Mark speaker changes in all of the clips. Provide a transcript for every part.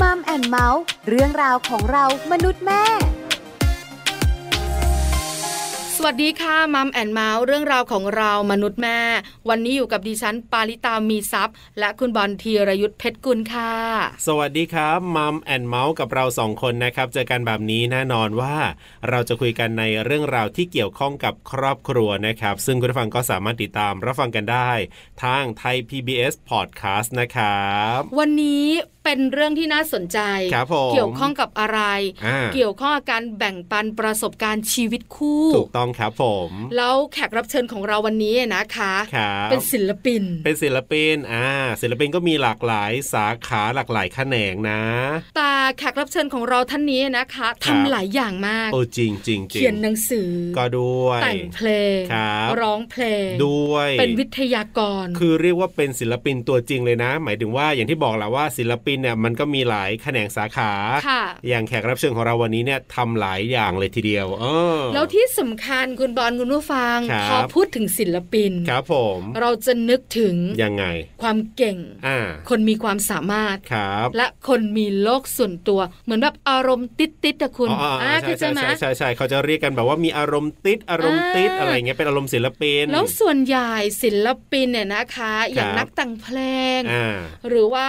Speaker 1: มัมแอนเมาส์เรื่องราวของเรามนุษย์แม่
Speaker 2: สวัสดีค่ะมัมแอนเมาส์เรื่องราวของเรามนุษย์แม่ วันนี้อยู่กับดิฉันปาริตามีซัพย์ และคุณบอลธีรยุทธเพชรกุลค่ะ
Speaker 3: สวัสดีครับมัมแอนเมาส์กับเราสองคนนะครับ เจอกันแบบนี้แน่นอนว่า เราจะคุยกันในเรื่องราวที่เกี่ยวข้องกับครอบครัวนะครับ ซึ่งคุณผู้ฟังก็สามารถติดตามรับฟังกันได้ ทางไทย PBS Podcast นะครับ
Speaker 2: วันนี้เป็นเรื่องที่น่าสนใจ
Speaker 3: ครับผม
Speaker 2: เกี่ยวข้องกับอะไร
Speaker 3: อ่า
Speaker 2: เกี่ยวข้องกับการแบ่งปันประสบการณ์ชีวิตคู่
Speaker 3: ถูกต้องครับผม
Speaker 2: แล้วแขกรับเชิญของเราวันนี้นะคะ
Speaker 3: ครับ
Speaker 2: เป็นศิลปิน
Speaker 3: เป็นศิลปินอ่าศิลปินก็มีหลากหลายสาขาหลากหลายแขนงนะ
Speaker 2: แต่แขกรับเชิญของเราท่านนี้นะคะ
Speaker 3: ครับ
Speaker 2: ทำหลายอย่างมาก
Speaker 3: โอ้จริงจริงจริ
Speaker 2: เขียนหนังสือ
Speaker 3: ก็ด้วย
Speaker 2: แต่งเพลง
Speaker 3: ครับ
Speaker 2: ร้องเพลง
Speaker 3: ด้วย
Speaker 2: เป็นวิทยากร
Speaker 3: คือเรียกว่าเป็นศิลปินตัวจริงเลยนะ หมายถึงว่าอย่างที่บอกแหละว่าศิลปินเนี่ยมันก็มีหลายแขนงสาขา
Speaker 2: ค่ะ
Speaker 3: อย่างแขกรับเชิญของเราวันนี้เนี่ยทำหลายอย่างเลยทีเดียวเออ
Speaker 2: แล้วที่สำคัญคุณบอลคุณผู้ฟัง
Speaker 3: ครับ
Speaker 2: พอพูดถึงศิลปิน
Speaker 3: ครับผม
Speaker 2: เราจะนึกถึง
Speaker 3: ยังไง
Speaker 2: ความเก่ง
Speaker 3: อ่า
Speaker 2: คนมีความสามารถ
Speaker 3: ครับ
Speaker 2: และคนมีโลกส่วนตัว เหมือนแบบอารมณ์ติดติดๆอะคุณ
Speaker 3: อ๋ออ๋อ
Speaker 2: คือจะ
Speaker 3: ใช่ใช่
Speaker 2: มา
Speaker 3: ใช่ใช่ใช่เขาจะเรียกกันแบบว่ามีอารมณ์ติดอารมณ์ติด
Speaker 2: อ่า
Speaker 3: อะไรเงี้ยเป็นอารมณ์ศิลปิน
Speaker 2: แล้วส่วนใหญ่ศิลปินเนี่ยนะคะ อย่าง
Speaker 3: ครับ
Speaker 2: นักแต่งเพลง
Speaker 3: อ่า
Speaker 2: หรือว่า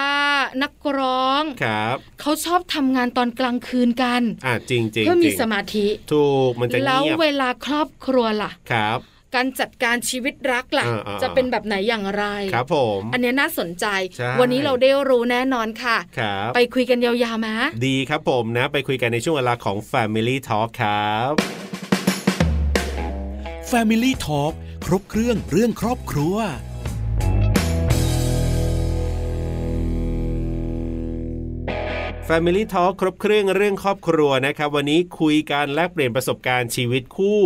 Speaker 2: นักร้อง
Speaker 3: ครับ
Speaker 2: เขาชอบทำงานตอนกลางคืนกัน
Speaker 3: อ่าจริงจริง
Speaker 2: เพื่อมี
Speaker 3: จริง
Speaker 2: สมาธิ
Speaker 3: ถูกมันจะ
Speaker 2: แล้ว
Speaker 3: เงียบ
Speaker 2: เวลาครอบครัวล่ะ
Speaker 3: ครับ
Speaker 2: การจัดการชีวิตรักล่ะ
Speaker 3: อ่าอ่า
Speaker 2: จะเป็นแบบไหนอย่างไร
Speaker 3: ครับผม
Speaker 2: อันเนี้ยน่าสนใจ
Speaker 3: ใช่
Speaker 2: วันนี้เราได้รู้แน่นอนค่ะ
Speaker 3: ครับ
Speaker 2: ไปคุยกันยาวๆมา
Speaker 3: ดีครับผมนะ ไปคุยกันในช่วงเวลาของ Family Talk ครับ
Speaker 4: Family Talk ครบเครื่องเรื่องครอบครัว
Speaker 3: Family Talk ครบเครื่องเรื่องครอบครัวนะครับ วันนี้คุยการแลกเปลี่ยนประสบการณ์ชีวิตคู่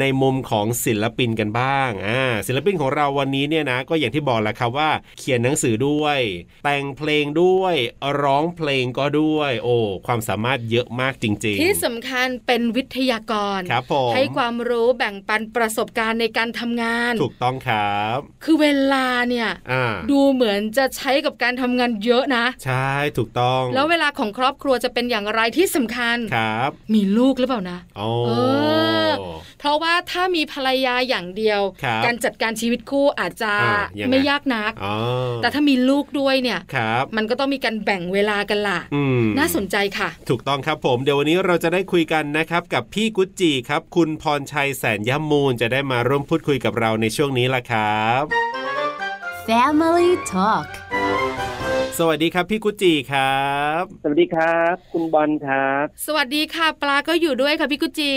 Speaker 3: ในมุมของศิลปินกันบ้างอ่าศิลปินของเราวันนี้เนี่ยนะ ก็อย่างที่บอกแหละครับว่า เขียนหนังสือด้วย แต่งเพลงด้วย ร้องเพลงก็ด้วย โอ้ความสามารถเยอะมากจริง ๆ
Speaker 2: ที่สำคัญเป็นวิทยากร
Speaker 3: ครับผม
Speaker 2: ให้ความรู้แบ่งปันประสบการณ์ในการทำงาน
Speaker 3: ถูกต้องครับ
Speaker 2: คือเวลาเนี่ย
Speaker 3: อ่า
Speaker 2: ดูเหมือนจะใช้กับการทำงานเยอะนะ
Speaker 3: ใช่ถูกต้อง
Speaker 2: แล้วเวลาของครอบครัวจะเป็นอย่างไรที่สำคัญ
Speaker 3: ครับ
Speaker 2: มีลูกหรือเปล่านะ
Speaker 3: โอ้
Speaker 2: เออ เพราะว่าถ้ามีภรรยาอย่างเดียว
Speaker 3: ครับ
Speaker 2: การจัดการชีวิตคู่อาจจะ
Speaker 3: อ่ายังไง
Speaker 2: ไม่ยากนัก
Speaker 3: อ๋อ
Speaker 2: แต่ถ้ามีลูกด้วยเนี่ย
Speaker 3: ครับ
Speaker 2: มันก็ต้องมีการแบ่งเวลากันล่ะ
Speaker 3: อืม
Speaker 2: น่าสนใจค่ะ
Speaker 3: ถูกต้องครับผมเดี๋ยววันนี้เราจะได้คุยกันนะครับกับพี่กุจจีครับ คุณพรชัยแสนยมูลจะได้มาร่วมพูดคุยกับเราในช่วงนี้ล่ะครับ
Speaker 1: Family Talk
Speaker 3: สวัสดีครับพี่กุจจีครับ
Speaker 5: สวัสดีครับ คุณบอลครับ
Speaker 2: สวัสดีค่ะ ปลาก็อยู่ด้วยค่ะพี่กุจิ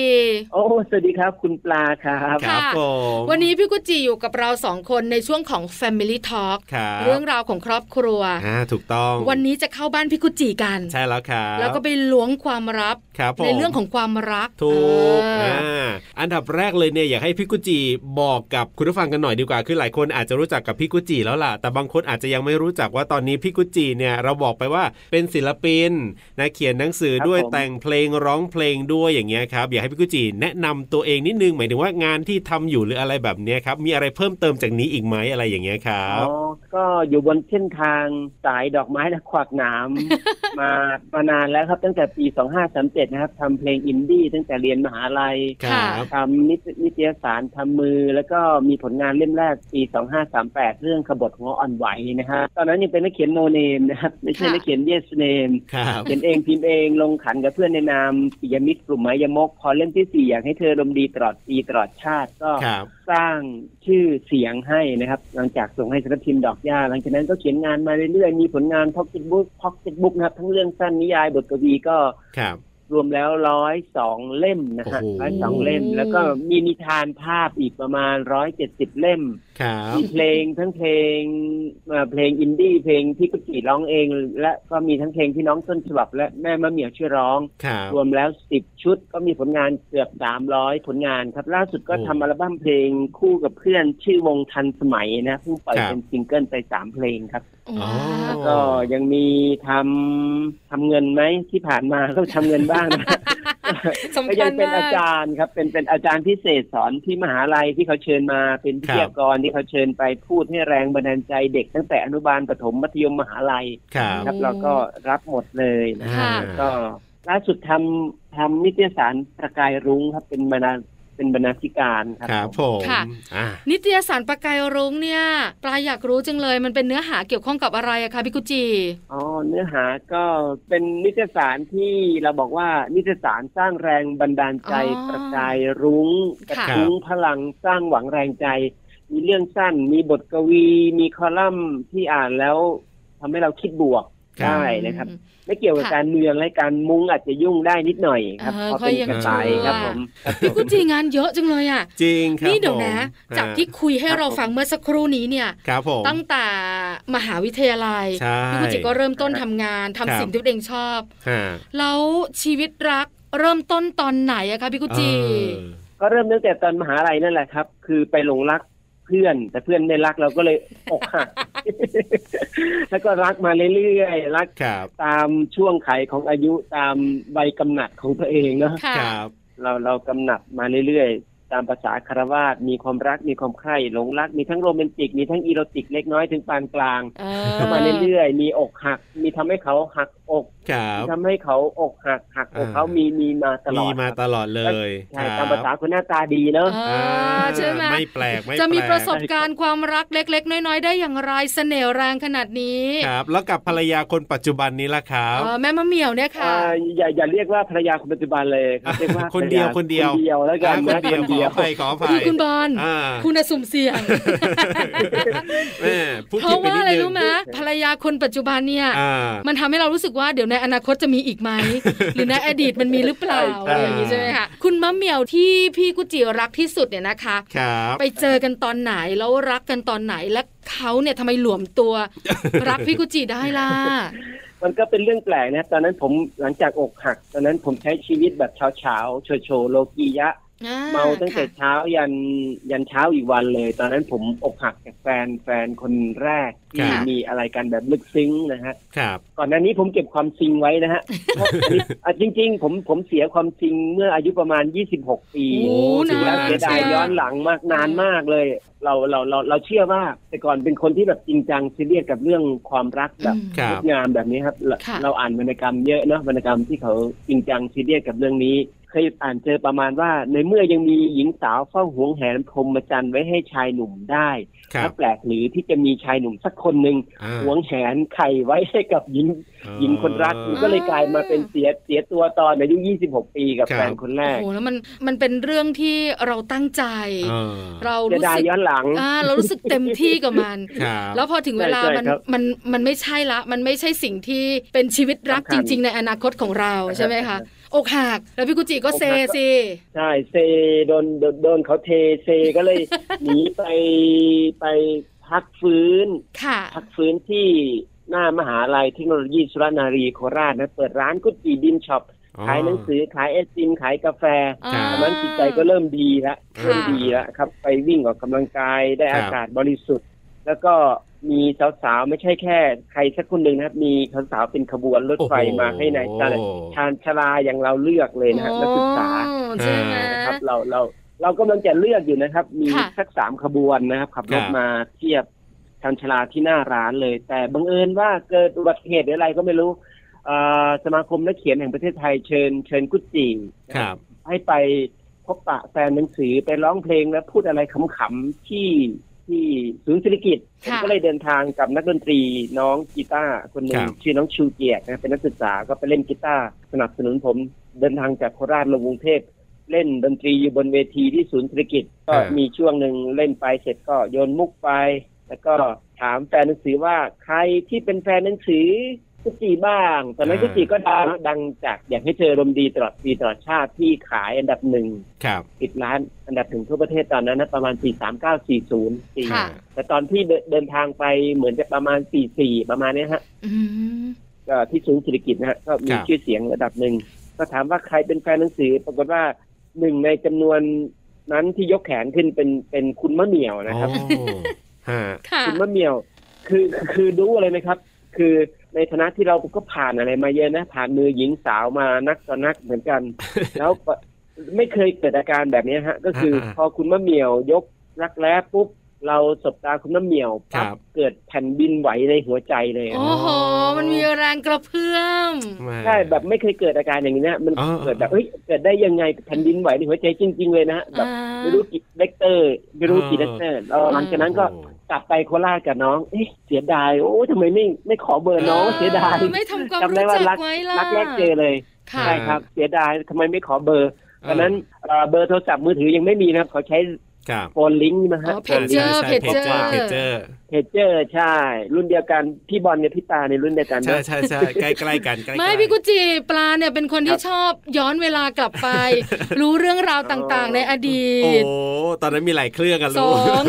Speaker 5: โอ้สวัสดีครับ คุณปลาครับ
Speaker 2: ค่ะ
Speaker 3: ผม
Speaker 2: วันนี้พี่กุจิอยู่กับเราสองคนในช่วงของ Family Talk
Speaker 3: ครับ
Speaker 2: เรื่องราวของครอบครัว
Speaker 3: อ่าถูกต้อง
Speaker 2: วันนี้จะเข้าบ้านพี่กุจิกัน
Speaker 3: ใช่แล้วครับ
Speaker 2: แล้วก็ไปล้วงความลับ
Speaker 3: ครับผม
Speaker 2: ในเรื่องของความรัก
Speaker 3: ถูก
Speaker 2: เอออ
Speaker 3: อ่าอันดับแรกเลยเนี่ยอยากให้พี่กุจจีบอกกับคุณผู้ฟังกันหน่อยดีกว่าคือหลายคนอาจจะรู้จักกับพี่กุจจีแล้วล่ะ แต่บางคนอาจจะยังไม่รู้จักว่าตอนนี้พี่กุจจีเนี่ยเราบอกไปว่าเป็นศิลปินนะเขียนหนังสือด้วยแต่ง แต่งเพลงร้องเพลงด้วยอย่างเงี้ยครับ อยากให้พี่กุจิแนะนำตัวเองนิดนึงหมายถึงว่างานที่ทำอยู่หรืออะไรแบบเนี้ยครับ มีอะไรเพิ่มเติมจากนี้อีกไหมอะไรอย่างเงี้ยครั
Speaker 5: อ๋อบ ก็อยู่บนเส้นทางสายดอกไม้และขวากหนาม มามานานแล้วครับตั้งแต่ปี 2537 นะครับทำเพลงอินดี้ตั้งแต่เรียนมหาลัย
Speaker 3: ครับ
Speaker 5: ทำนิตนิตยสารทำมือ แล้วก็มีผลงานเล่มแรกปี 2538 เรื่องขบถง้ออ่อนไหวนะฮะตอนนั้นยังเป็นนักเขียนโนเนมนะครับไม่ใช่นักเขียนเยสเนม
Speaker 3: ครับ
Speaker 5: เขียนเองพิมพ์เองลงขันกับเพื่อนในนามปิยมิตรกลุ่มไมยมก พอเล่มที่สี่อยากให้เธอลมณ์ดีตลอดปีตลอดชาติก็
Speaker 3: ครับ
Speaker 5: สร้างชื่อเสียงให้นะครับ หลังจากส่งให้สำนักพิมพ์ดอกหญ้าหลังจากนั้นก็เขียนงานมาเรื่อยๆ มีผลงานพ็อกเก็ตบุ๊กพ็อกเก็ตบุ๊กนะครับ ทั้งเรื่องสั้นนิยายบทกวีก็
Speaker 3: ครับ
Speaker 5: รวมแล้วร้อยสองเล่มนะฮะ
Speaker 3: โอ้โห
Speaker 5: ร้อยสองเล่ม แล้วก็มีนิทานภาพอีกประมาณร้อยเจ็ดสิบเล่ม
Speaker 3: ครับ
Speaker 5: มีเพลงทั้งเพลงเอ่อเพลงอินดี้เพลงที่กุจิร้องเอง และก็มีทั้งเพลงที่น้องต้นฉบับ และแม่มะเหมียวช่วยร้อง
Speaker 3: ครับ
Speaker 5: รวมแล้วสิบชุด ก็มีผลงานเกือบสามร้อยผลงานครับ ล่าสุดก็ทำอัลบั้มเพลงคู่กับเพื่อนชื่อวงทันสมัยนะเพิ่งปล่อยเป็นซิงเกิลไปสามเพลงครับ
Speaker 3: อ๋อ
Speaker 2: ว้าว
Speaker 5: ก็ยังมีทำทำเงินไหมที่ผ่านมาก็ทำเงินบ้างนะ
Speaker 2: สำ
Speaker 5: ก็
Speaker 2: คั
Speaker 5: ยั
Speaker 2: ญ
Speaker 5: งเป็น
Speaker 2: มา
Speaker 5: อาก จารย์ครับ เป็นเป็นอาจารย์พิเศษสอนที่มหาลัยที่เขาเชิญมาเป็นวิทยากรที่เขาเชิญไปพูดให้แรงบันดาลใจเด็กตั้งแต่อนุบาลประถมมัธยมมหาลัย
Speaker 3: ครับ
Speaker 5: ครับเราก็รับหมดเลยนะ
Speaker 2: ค่ะ
Speaker 5: ก็ล่าสุดทำทำนิตยสารประกายรุ้งครับ เป็นบรรณาเป็นบรรณาธิการครับ
Speaker 3: ครับผม
Speaker 2: ค่ะ
Speaker 3: อ่ะ
Speaker 2: นิตยสารประกายรุ้งเนี่ยปลาอยากรู้จังเลยมันเป็นเนื้อหาเกี่ยวข้องกับอะไรอะคะพี่กุจิ
Speaker 5: อ๋อเนื้อหาก็เป็นนิตยสารที่เราบอกว่านิตยสารสร้างแรงบันดาลใจ
Speaker 2: อ๋อ
Speaker 5: ประกายรุ้งกระ
Speaker 2: ค่ะ
Speaker 5: ทุ้งพลังสร้างหวังแรงใจ มีเรื่องสั้น มีบทกวี มีคอลัมน์ที่อ่านแล้วทำให้เราคิดบวก
Speaker 3: ครับ
Speaker 5: ได้นะครับ
Speaker 2: อืม
Speaker 5: ไม่เกี่ยวกับ
Speaker 2: ค่ะ
Speaker 5: การเมืองและการมุ้งอาจจะยุ่งได้นิดหน่อยครับ
Speaker 2: เออ
Speaker 5: พอเป็น
Speaker 2: ก็ยัง
Speaker 5: กระต่าย
Speaker 2: ชั่ว
Speaker 5: ครับผมครับ
Speaker 2: พี่
Speaker 5: ผ
Speaker 2: กุ
Speaker 5: ม
Speaker 2: จิงานเยอะจังเลยอะ
Speaker 3: จริงครับ
Speaker 2: นี่เดี๋ยวนะ
Speaker 3: ผม
Speaker 2: จากที่คุยให้เราฟังเมื่อสักครู่นี้เนี่ย
Speaker 3: ครับผม
Speaker 2: ตั้งแต่มหาวิทยาลัย
Speaker 3: ใช่
Speaker 2: พี่กุจิก็เริ่มต้นทำงาน
Speaker 3: ครั
Speaker 2: ทำ
Speaker 3: บ
Speaker 2: สิ่งที่ตัวเองชอบ
Speaker 3: ฮะ
Speaker 2: แล้วชีวิตรักเริ่มต้นตอนไหนอะคะพี่กุจิ
Speaker 3: เออ
Speaker 5: ก็เริ่มตั้งแต่ตอนมหาลัยนั่นแหละครับ คือไปหลงรักเพื่อน แต่เพื่อนไม่รักเราก็เลยอกหัก แล้วก็รักมาเรื่อยๆรัก
Speaker 3: ครับ
Speaker 5: ตามช่วงไขของอายุตามใบกำหนัดของตัวเองเนาะ
Speaker 2: ค่ะ
Speaker 3: ครับ
Speaker 5: เราเรากำหนัดมาเรื่อยๆ ตามภาษาคารวาสมีความรักมีความใคร่หลงรัก มีทั้งโรแมนติก มีทั้งอีโรติกเล็กน้อยถึงปานกลาง
Speaker 2: เอ
Speaker 5: เข้ามาเรื่อยๆมีอกหัก มีทำให้เขาหักอก
Speaker 3: ครับ
Speaker 5: มีทำให้เขาอกหักหักอก
Speaker 3: อ่า
Speaker 5: เขามีมีมาตลอ
Speaker 3: มี
Speaker 5: ด
Speaker 3: มาตลอดเลย
Speaker 5: ใช่
Speaker 3: ค
Speaker 5: ตา
Speaker 3: รั
Speaker 5: ม
Speaker 3: บ
Speaker 5: ภาษาคนหน้าตาดีเนาะ
Speaker 2: เอ
Speaker 3: อ่า
Speaker 2: อใช่ไหม
Speaker 3: ไม่แปลกไม่
Speaker 2: จะมี
Speaker 3: แลก
Speaker 2: ประสบการณ์ความรักเล็ก ๆ น้อย ๆ ได้อย่างไรเสน่ห์แรงขนาดนี้
Speaker 3: ครับ แล้วกับภรรยาคนปัจจุบันนี้ล่ะครับ
Speaker 2: เอ่อแม่มะเหมี่ยวเนี่ยค่ะ
Speaker 5: อ่าอย่าอย่าเรียกว่าภรรยาคนปัจจุบันเลย ครับเรียกว่า
Speaker 3: คนเดียว
Speaker 5: ภรร
Speaker 3: คนเดียว
Speaker 5: คนเดียวแล้วกัน
Speaker 3: อ่า
Speaker 5: นะ
Speaker 3: คนเดียวขออภัยขออภัย
Speaker 2: คือคุณบอล
Speaker 3: อ่า
Speaker 2: คุณอะสุ่มเสี่ยง
Speaker 3: แม่พูด
Speaker 2: เพ
Speaker 3: ผิด
Speaker 2: ราะว่า
Speaker 3: ไปนิด
Speaker 2: อะไร
Speaker 3: นึ
Speaker 2: รู้
Speaker 3: ง
Speaker 2: ไหมภรรยาคนปัจจุบันเนี่ย
Speaker 3: อ่า
Speaker 2: มันทำให้เรารู้สึกว่าเดี๋ยวในอนาคตจะมีอีก ไหม หรือในอดีตมันมีหรือเปล่า
Speaker 3: ใช่
Speaker 2: อะไรอย่างนี้ใช่ไหมคะคุณมะเหมี่ยวที่พี่กุจิรักที่สุดเนี่ยนะคะ
Speaker 3: ครับ
Speaker 2: ไปเจอกันตอนไหนแล้วรักกันตอนไหนและเขาเนี่ยทำไมหลวมตัว รักพี่กุจิได้ล่ะ
Speaker 5: มันก็เป็นเรื่องแปลกนะ ตอนนั้นผมหลังจากอกหัก ตอนนั้นผมใช้ชีวิตแบบเช้าเช้าโชโชๆโลกียะ
Speaker 2: อ่
Speaker 5: เมาตั้งแต่
Speaker 2: ค่ะ
Speaker 5: เช้ายันยันเช้าอีกวันเลย ตอนนั้นผมอกหักจากแฟนแฟนคนแรกที่
Speaker 3: ค่ะ
Speaker 5: มีอะไรกันแบบลึกซึ้งนะฮะ
Speaker 3: ครับ
Speaker 5: ก่อนหน้านี้ผมเก็บความซิงไว้นะฮะเพราะอันนี้อ่ะจริง ๆ ผมผมเสียความซิงเมื่ออายุประมาณ 26 ปี
Speaker 2: โอ้
Speaker 3: ถือว่
Speaker 2: นาน
Speaker 5: เสียดาย
Speaker 2: เชีว
Speaker 5: ย้อนหลังมากนานมากเลย เราเราเราเราเชื่อว่า แต่ก่อนเป็นคนที่แบบจริงจังซีเรียสกับเรื่องความรักแบบ
Speaker 3: ครั
Speaker 5: ง
Speaker 3: บ
Speaker 5: ดงามแบบนี้ครับเรา
Speaker 2: ค่ะ
Speaker 5: เราอ่านวรรณกรรมเยอะเนาะวรรณกรรมที่เขาจริงจังซีเรียสกับเรื่องนี้เคยอ่านเจอประมาณว่า ในเมื่อยังมีหญิงสาวเฝ้าหวงแหนพรหมจรรย์ไว้ให้ชายหนุ่มได้
Speaker 3: ครั
Speaker 5: แล้
Speaker 3: บ
Speaker 5: วแปลกหรือที่จะมีชายหนุ่มสักคนหนึ่ง
Speaker 3: อ่า
Speaker 5: หวงแหนไข่ไว้ให้กับหญิงหญิงคนรัก
Speaker 3: เออ
Speaker 5: ก็เลยกลายมาเป็นเสียเสียตัวตอนอายุ 26 ปีกับ
Speaker 3: ครับ
Speaker 5: แฟนคนแร
Speaker 2: โอ้
Speaker 5: ก
Speaker 2: โหแล้วมันมันเป็นเรื่องที่เราตั้งใจ
Speaker 3: เออ
Speaker 2: เรา
Speaker 5: เสีย
Speaker 2: รู้
Speaker 5: ดาย
Speaker 2: สึก
Speaker 5: ย้อนหลัง
Speaker 2: อ่าเรารู้สึกเต็มที่กับมัน
Speaker 3: ครับ
Speaker 2: แล้วพอถึงเวลา
Speaker 5: ใช่ใช่
Speaker 2: มัน
Speaker 5: ครับ
Speaker 2: มันมันไม่ใช่ละ มันไม่ใช่สิ่งที่เป็นชีวิตรัก
Speaker 5: สำ
Speaker 2: จ
Speaker 5: คัญ
Speaker 2: ริง ๆ ในอนาคตของเรา
Speaker 5: ครับ
Speaker 2: ใช่ไหม
Speaker 5: ครั
Speaker 2: คะ
Speaker 5: บอก
Speaker 2: หักแล้วพี่กุจิก็
Speaker 5: อกหัก
Speaker 2: เซสิ
Speaker 5: ใช่เซโดนโดนโดนเขาเทเซก็เลย หนีไปไปพักฟื้น
Speaker 2: ค่ะ
Speaker 5: พักฟื้นที่หน้ามหาลัยเทคโนโลยีสุรนารีโคราชนะเปิดร้านกุจีดินช็อปขายหนังสือขายไอศครีมขายกาแฟ
Speaker 3: อ่า
Speaker 5: ตอนนั้นจิตใจก็เริ่มดีละ
Speaker 3: ค่ะ
Speaker 5: เริ่มดีละครับ ไปวิ่งออกกำลังกายได้
Speaker 3: ครับ
Speaker 5: อากาศบริสุทธิ์ แล้วก็มีสาวๆ ไม่ใช่แค่ ใครสักคนหนึ่งนะครับ มีสาวๆเป็นขบวนรถไฟมาให้นายชาญชาญชลาอย่างเราเลือกเลยนะครับนักศึกษา
Speaker 2: อ๋อใช่ไหม
Speaker 5: นะครับเราเราเรากำลังจะเลือกอยู่นะครับ มี
Speaker 2: ค่ะ
Speaker 5: สักสามขบวนนะครับขับร
Speaker 3: ค
Speaker 5: ถ
Speaker 3: รับ
Speaker 5: มาเทียบทางชลาที่หน้าร้านเลย แต่บังเอิญว่าเกิดอุบัติเหตุหรืออะไรก็ไม่รู้อ่าสมาคมนักเขียนแห่งประเทศไทยเชิญเชิญกุจิ
Speaker 3: ครับ
Speaker 5: ให้ไปพบปะแฟนหนังสือไปร้องเพลงและพูดอะไรขำๆที่ที่ศูนย์เศรษฐกิจผม
Speaker 2: ค่ะ
Speaker 5: ก็เลยเดินทางกับนักดนตรีน้องกีตาร์คนหนึ่
Speaker 3: ค
Speaker 5: ง
Speaker 3: รับ
Speaker 5: ชื่อน้องชูเกียรตินะเป็นนักศึกษาก็ไปเล่นกีตาร์สนับสนุนผมเดินทางจากโคราชลงกรุงเทพ เล่นดนตรีอยู่บนเวทีที่ศูนย์เศรษฐกิจ ก็
Speaker 3: อ่ามี
Speaker 5: มีช่วงหนึ่งเล่นไปเสร็จก็โยนมุกไป แล้วก็ถามแฟนหนังสือว่าใครที่เป็นแฟนหนังสือกุจีบ้าง ตอนนั้นกุจีก็ดังดังจากอยากให้เจอรมณ์ดีตลอดปีตลอดชาติที่ขายอันดับหนึ่ง
Speaker 3: ครับ
Speaker 5: ปิดร้านอันดับถึงทั่วประเทศตอนนั้นนะประมาณ 4 3 9 4 0
Speaker 2: ค่ะ
Speaker 5: 4แต่ตอนที่เดินเดินทางไปเหมือนจะประมาณ 4 4 ประมาณเนี้ยฮะ
Speaker 2: อืม
Speaker 5: ก็ที่ศูนย์เศรษฐกิจนะฮะก็มี
Speaker 3: ครับ
Speaker 5: ชื่อเสียงระดับหนึ่งก็ถามว่าใครเป็นแฟนหนังสือ ปรากฏว่าหนึ่งในจำนวนนั้นที่ยกแขนขึ้นเป็นเป็นคุณมะเหมี่ยวนะครับ
Speaker 3: โอ้ฮะ
Speaker 2: ค่ะ
Speaker 5: คุณมะเหมี่ยว คือคือรู้อะไรไหมครับ คือ ในฐานะที่เราก็ผ่านอะไรมาเยอะนะ ผ่านมือหญิงสาวมานักต่อนักเหมือน กัน แล้วก็ไม่เคยเกิดอาการแบบนี้ฮะ ก็คืออา
Speaker 3: ๆ
Speaker 5: พอคุณมะเหมี่ยวยกรักแร้ปุ๊บ เราสบตาคุณมะเหมี่ยว
Speaker 3: ครั
Speaker 5: ปั๊
Speaker 3: บ
Speaker 5: บเกิดแผ่นดินไหวในหัวใจเลย
Speaker 2: โอ้โห มันมีแรงกระเพื่อม
Speaker 3: แหม่
Speaker 5: ใช่แบบไม่เคยเกิดอาการอย่างนี้นะมัน
Speaker 3: อ่า
Speaker 5: เกิดแบบเฮ้ยเกิดได้ยังไงแผ่นดินไหวในหัวใจจริง ๆ เลยนะฮะแบบ ไม่รู้กี่เลกเตอร์ไม่รู้กี่เลกเตอร์แล้วหลังจากนั้นก็
Speaker 3: โอ้
Speaker 5: กลับไปโคราชกับน้องเอ๊ะเสียดายโอ้ทำไมไม่ไม่ขอเบอร์น้องเสียดาย
Speaker 2: ไม่ทำความ
Speaker 5: จำได้
Speaker 2: รู้
Speaker 5: ว่า
Speaker 2: จัก
Speaker 5: รัก
Speaker 2: ไว้ล่ะ
Speaker 5: รักแรกเจอเลย
Speaker 2: ค่ะ
Speaker 5: ใช่ครับ เสียดายทำไมไม่ขอเบอร์ตอนนั้นเอ่อเบอร์โทรศัพท์มือถือยังไม่มีนะครับเขาใช้
Speaker 3: ครับ
Speaker 5: โฟนลิงก์นะฮะ
Speaker 2: อ๋อ
Speaker 5: โฟนลิง
Speaker 2: Pager
Speaker 5: ก์
Speaker 3: ใช่
Speaker 2: Pager
Speaker 3: ใช่ Pager Pager
Speaker 5: เพจเจอร์ใช่ รุ่นเดียวกันพี่บอลเนี่ยพี่ตาในยรุ่นเดียวกัน
Speaker 3: ใช่
Speaker 5: นะ
Speaker 3: ใช่ใช่ใกล้ใกล้ๆกันใกล้ๆ
Speaker 2: ไม่พี่กุจิปลาเนี่ยเป็นคนที่
Speaker 5: ครับ
Speaker 2: ชอบย้อนเวลากลับไป รู้เรื่องราวต่างๆ ในอดี
Speaker 3: โอ้
Speaker 2: ต
Speaker 3: ตอนนั้นมีหลายเครื่องกัน
Speaker 2: ส
Speaker 3: ลู
Speaker 2: อก ง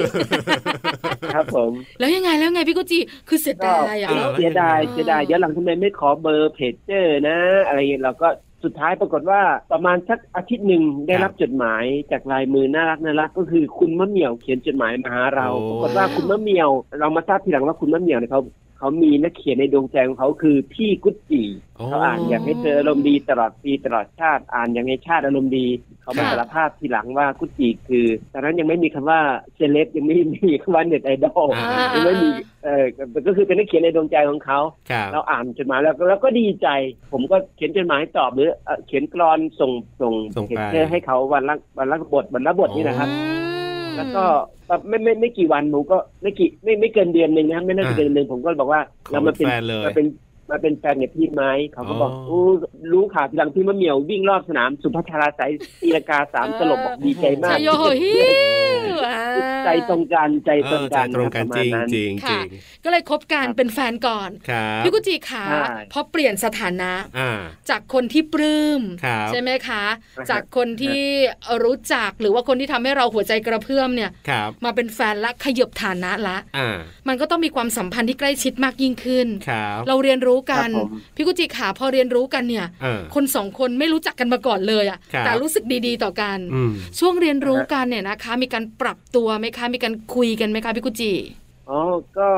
Speaker 5: ครับผม
Speaker 2: แล้วยังไงแล้วไงพี่กุจิคือเสีย
Speaker 5: ก็
Speaker 2: ดายอ่ะ
Speaker 5: เอ้ยเสียดายเสียดายย้อนหลังทำไมไม่ขอเบอร์เพจเจอร์นะ อะไรอย่างเงี้ยเราก็สุดท้ายปรากฏว่าประมาณสักอาทิตย์หนึ่งได้รับจดหมายจากลายมือน่ารักน่ารักก็คือคุณมะเหมี่ยวเขียนจดหมายมาหาเรา
Speaker 3: โอ้
Speaker 5: ปรากฏว่าคุณมะเหมี่ยว เรามาทราบทีหลังว่าคุณมะเหมี่ยวเนี่ยเขาเขามีนักเขียนในดวงใจของเขาคือพี่กุจจี
Speaker 3: โอ้
Speaker 5: เขาอ่านอยากให้เธออารมณ์ดีตลอดปีตลอดชาติอ่านอย่างให้ชาติอารมณ์ดีเขามา
Speaker 2: ค่ะ
Speaker 5: สารภาพทีหลังว่ากุจจีคือตอนนั้นยังไม่มีคำว่าเซเลบยังไม่มีคำว่าเน็ตไอดอล
Speaker 2: อ่า
Speaker 5: ไม่มีเออก็คือเป็นนักเขียนในดวงใจของเขา
Speaker 3: ครับ
Speaker 5: เราอ่านจดหมายแล้วแล้วก็ดีใจ ผมก็เขียนจดหมายตอบหรือเอ่อเขียนกรอนส่งส่งเขียนเพื่อให้เขาวันละวันละบทวันละบทนี่นะครับ
Speaker 2: อืม
Speaker 5: แล้วก็แบบไม่ไม่ไม่กี่วันผมก็ไม่กี่ไม่ไม่เกินเดือนหนึ่งนะครับไม่น่าจะเกินเดือนหนึ่งผมก็บอกว่า
Speaker 3: ขอ
Speaker 5: เรา
Speaker 3: เป็
Speaker 5: มาน
Speaker 3: แฟ
Speaker 5: เป็น
Speaker 3: นเลย
Speaker 5: มาเป็นมาเป็นแฟนกับพี่ไหมเขาก็บอก
Speaker 3: อ๋อ
Speaker 5: โอ้รู้ข่าวทีหลังพี่มะเหมียววิ่งรอบสนามสุพัชราสายตีลากาสาม
Speaker 2: เออ
Speaker 5: ตลบบอกดีใจมาก
Speaker 2: ชโยโหฮิวอ่า
Speaker 5: ใจตรงกันใจตรง
Speaker 3: เออใจ
Speaker 5: กัน
Speaker 3: ตรงกัน
Speaker 5: ปะ
Speaker 3: จ
Speaker 5: มา
Speaker 3: ริ
Speaker 5: ณ
Speaker 3: ง
Speaker 5: นั้น
Speaker 3: จริงจ
Speaker 2: ค่ะ
Speaker 3: ริง
Speaker 2: ก็เลยคบกัน
Speaker 5: ครับ
Speaker 2: เป็นแฟนก่อน
Speaker 3: ครับ
Speaker 2: พี่กุจิขา
Speaker 5: ใช่
Speaker 2: พอเปลี่ยนสถานะ
Speaker 3: อ่า
Speaker 2: จากคนที่ปลื้ม
Speaker 3: ครับ
Speaker 2: ใช่ไหมคะ
Speaker 5: อ่าฮะ
Speaker 2: จากคนที่รู้จักหรือว่าคนที่ทำให้เราหัวใจกระเพื่อมเนี่ย
Speaker 3: ครับ
Speaker 2: มาเป็นแฟนละขยบฐานะละ
Speaker 3: อ่า
Speaker 2: มันก็ต้องมีความสัมพันธ์ที่ใกล้ชิดมากยิ่งขึ้น
Speaker 3: ครับ
Speaker 2: เราเรียนรู้กัน
Speaker 5: ครับผม
Speaker 2: พี่กุจิขาพอเรียนรู้กันเนี่ย
Speaker 3: อ่า
Speaker 2: คนสองคนไม่รู้จักกันมาก่อนเลยอะ
Speaker 3: ครับ
Speaker 2: แต่รู้สึกดีๆต่อกัน
Speaker 3: อืม
Speaker 2: ช่วงเรียนรู้กันเนี่ยนะคะ มีการปรับตัวไหมคะ มีการคุยกันไหมคะพี่กุจิ
Speaker 5: อ๋อ ก็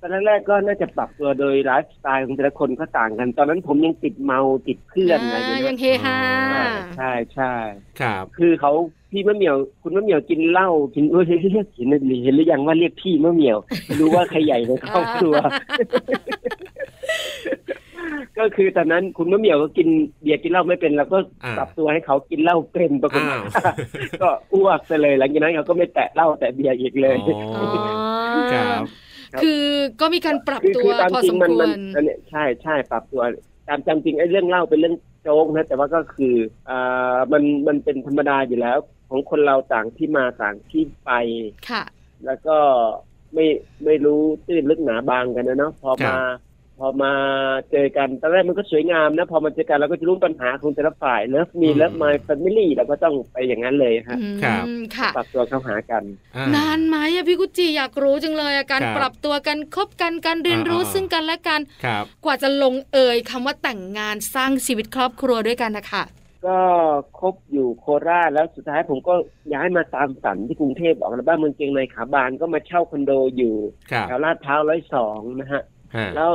Speaker 5: ตอนแรกๆก็น่าจะปรับตัวโดยไลฟ์สไตล์ของแต่ละคนก็ต่างกัน ตอนนั้นผมยังติดเมาติดเพื่อนอะไรอย่าง
Speaker 2: ยั
Speaker 5: เงี้
Speaker 2: ง
Speaker 5: ย
Speaker 2: เฮฮา
Speaker 3: อ่า
Speaker 5: ใช่ใช่
Speaker 3: ครับ
Speaker 5: คือเขาพี่มะเหมียว คุณมะเหมียวกินเหล้ากินเออเห็นเรียกเห็นเห็นหรือยังว่าเรียกพี่มะเหมียว รู้ว่าใครใหญ่ในครอบครัว ก็คือตอนนั้นคุณมะเหมียวก็กินเบียร์กินเหล้าไม่เป็นเราก็
Speaker 3: อ่า
Speaker 5: ปรับตัวให้เขากินเหล้าเป็นปรากฏ
Speaker 3: อ้า
Speaker 5: ว่าว ก็อ้วกไปเลยหลังจากนั้นเขาก็ไม่แตะเหล้าแตะเบียร์อีกเลย
Speaker 3: อ๋อครับ
Speaker 2: คือก็มีการปรับ
Speaker 5: คือ
Speaker 2: ตัว
Speaker 5: คือตาม
Speaker 2: พอ
Speaker 5: จริ
Speaker 2: ส
Speaker 5: ง
Speaker 2: ม
Speaker 5: มัน
Speaker 2: คว
Speaker 5: มั
Speaker 2: ร
Speaker 5: นอันเนี้ยใช่ใช่ปรับตัวตามจำจริงไอ้เรื่องเล่าเป็นเรื่องโจ๊กนะแต่ว่าก็คืออ่ามันมันเป็นธรรมดาอยู่แล้ว ของคนเราต่างที่มาต่างที่ไป
Speaker 2: ค่ะ
Speaker 5: แล้วก็ไม่ไม่รู้ตื้นลึกหนาบางกันนะเนาะพอมา พอมาเจอกันตอนแรกมันก็สวยงามนะ พอมาเจอกันเราก็จะรู้ปัญหาของแต่ละฝ่ายเลิฟมีเลิฟมายแฟมิลี่เราก็ต้องไปอย่างนั้นเลยฮะ
Speaker 2: อืมค่ะ
Speaker 5: ปรับตัวเข้าหากัน
Speaker 3: อ่
Speaker 2: นานไหมอะพี่กุจิอยากรู้จังเลยอะการ
Speaker 3: ครับ
Speaker 2: ปรับตัวกันคบกันการเรียนรู้
Speaker 3: อ่าๆ
Speaker 2: ซึ่งกันและกัน
Speaker 3: ครับ
Speaker 2: กว่าจะลงเอยคำว่าแต่งงานสร้างชีวิตครอบครัวด้วยกันนะคะ
Speaker 5: ก็คบอยู่โคราชแล้วสุดท้ายผมก็ย้ายมาตามสันที่กรุงเทพออกมาบ้านเมืองเกงในขาบานก็มาเช่าคอนโดอยู่
Speaker 3: ครับ
Speaker 5: แถวลาดพร้าวร้อยสองนะฮะ
Speaker 3: ฮะ
Speaker 5: แล้ว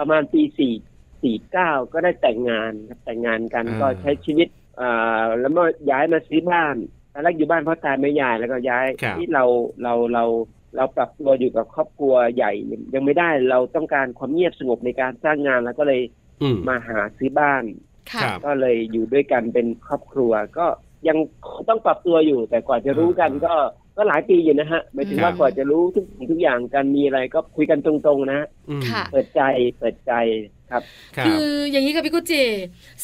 Speaker 5: ประมาณปีสี่สี่เก้าก็ได้แต่งงานครับแต่งงานกัน
Speaker 3: อ่า
Speaker 5: ก็ใช้ชีวิตอ่าแล้วมาย้ายมาซื้อบ้านตอนแรกอยู่บ้านพ่อตาแม่ยายแล้วก็ย้ายที่เราเราเราเราปรับตัวอยู่กับครอบครัวใหญ่ยังไม่ได้เราต้องการความเงียบสงบในการสร้างงานแล้วก็เลย
Speaker 3: อืม
Speaker 5: มาหาซื้อบ้าน
Speaker 2: ค่ะ
Speaker 3: ครับ
Speaker 5: ก็เลยอยู่ด้วยกันเป็นครอบครัว ก็ยังต้องปรับตัวอยู่ แต่กว่าจะรู้กันก็ก็หลายปีอยู่นะฮะหมายถึงว่า
Speaker 3: ครับ
Speaker 5: กว่าจะรู้ทุกสิ่งทุกอย่างกันมีอะไรก็คุยกันตรงๆนะ
Speaker 3: อืม
Speaker 2: ค่ะ
Speaker 5: เปิดใจเปิดใจครับ
Speaker 3: ครับ
Speaker 2: คืออย่างนี้ค่ะพี่กุจิ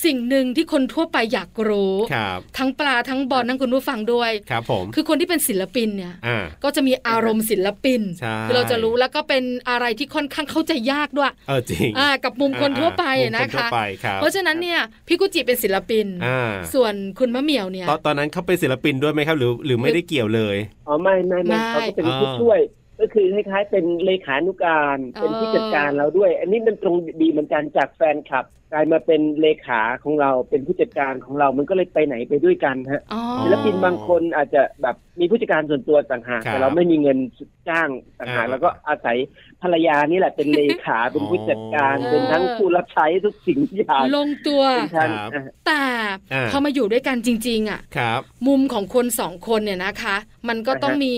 Speaker 2: สิ่งหนึ่งที่คนทั่วไปอยากรู้
Speaker 3: ครับ
Speaker 2: ทั้งปลาทั้งบอลทั้งคุณผู้ฟังด้วย
Speaker 3: ครับผม
Speaker 2: คือคนที่เป็นศิลปินเนี่ย
Speaker 3: อ่า
Speaker 2: ก็จะมีอารมณ์ศิลปิน
Speaker 3: ใช่
Speaker 2: คือเราจะรู้แล้วก็เป็นอะไรที่ค่อนข้างเข้าใจยากด้วย
Speaker 3: เออจริง
Speaker 2: อ่ากับมุมคนทั่วไป
Speaker 3: อ่า
Speaker 2: นะ
Speaker 3: มุมทั่ว
Speaker 2: คะ
Speaker 3: ไปครับ
Speaker 2: เพราะฉะนั้นเนี่ยพี่กุจิเป็นศิลปิน
Speaker 3: อ่า
Speaker 2: ส่วนคุณมะเหมี่ยวเนี่ย
Speaker 3: ตอนตอนนั้นเขาเป็นศิลปินด้วยไหมครับ หรือหรือไม่ได้เกี่ยวเลย
Speaker 5: อ๋อไม่ไม่ไม่
Speaker 2: ไม่
Speaker 5: เขาก็เป็น
Speaker 3: อ่า
Speaker 5: ผู้ช่วย ก็คือคล้ายๆเป็นเลขานุการ เป็นผู้จัดการเราด้วย อันนี้มันตรงดีเหมือนกันจากแฟนคลับ กลายมาเป็นเลขาของเราเป็นผู้จัดการของเรา มันก็เลยไปไหนไปด้วยกันฮะ
Speaker 2: อ๋อ
Speaker 3: อ๋อ
Speaker 5: ศิลปินบางคนอาจจะแบบมีผู้จัดการส่วนตัวต่างหาก
Speaker 3: ครับ
Speaker 5: แต่เราไม่มีเงินจ้างต่างหาก
Speaker 3: อ่า
Speaker 5: แล้วก็อาศัยภรรยานี่แหละเป็นเลขาเป็นผู้จัดการ
Speaker 3: อ๋อ
Speaker 5: เป็นทั้งผู้รับใช้ทุกสิ่งทุกอย่าง
Speaker 2: ลงตัว
Speaker 5: เป็นทั้ง
Speaker 3: ครับ
Speaker 5: อ่ะ
Speaker 2: แต่
Speaker 3: อ่า
Speaker 2: พอมาอยู่ด้วยกันจริง ๆ อ่ะ
Speaker 3: ครับ
Speaker 2: มุมของคนสองคนเนี่ยนะคะ มันก็ต้อง
Speaker 5: อ่าฮะ
Speaker 2: มี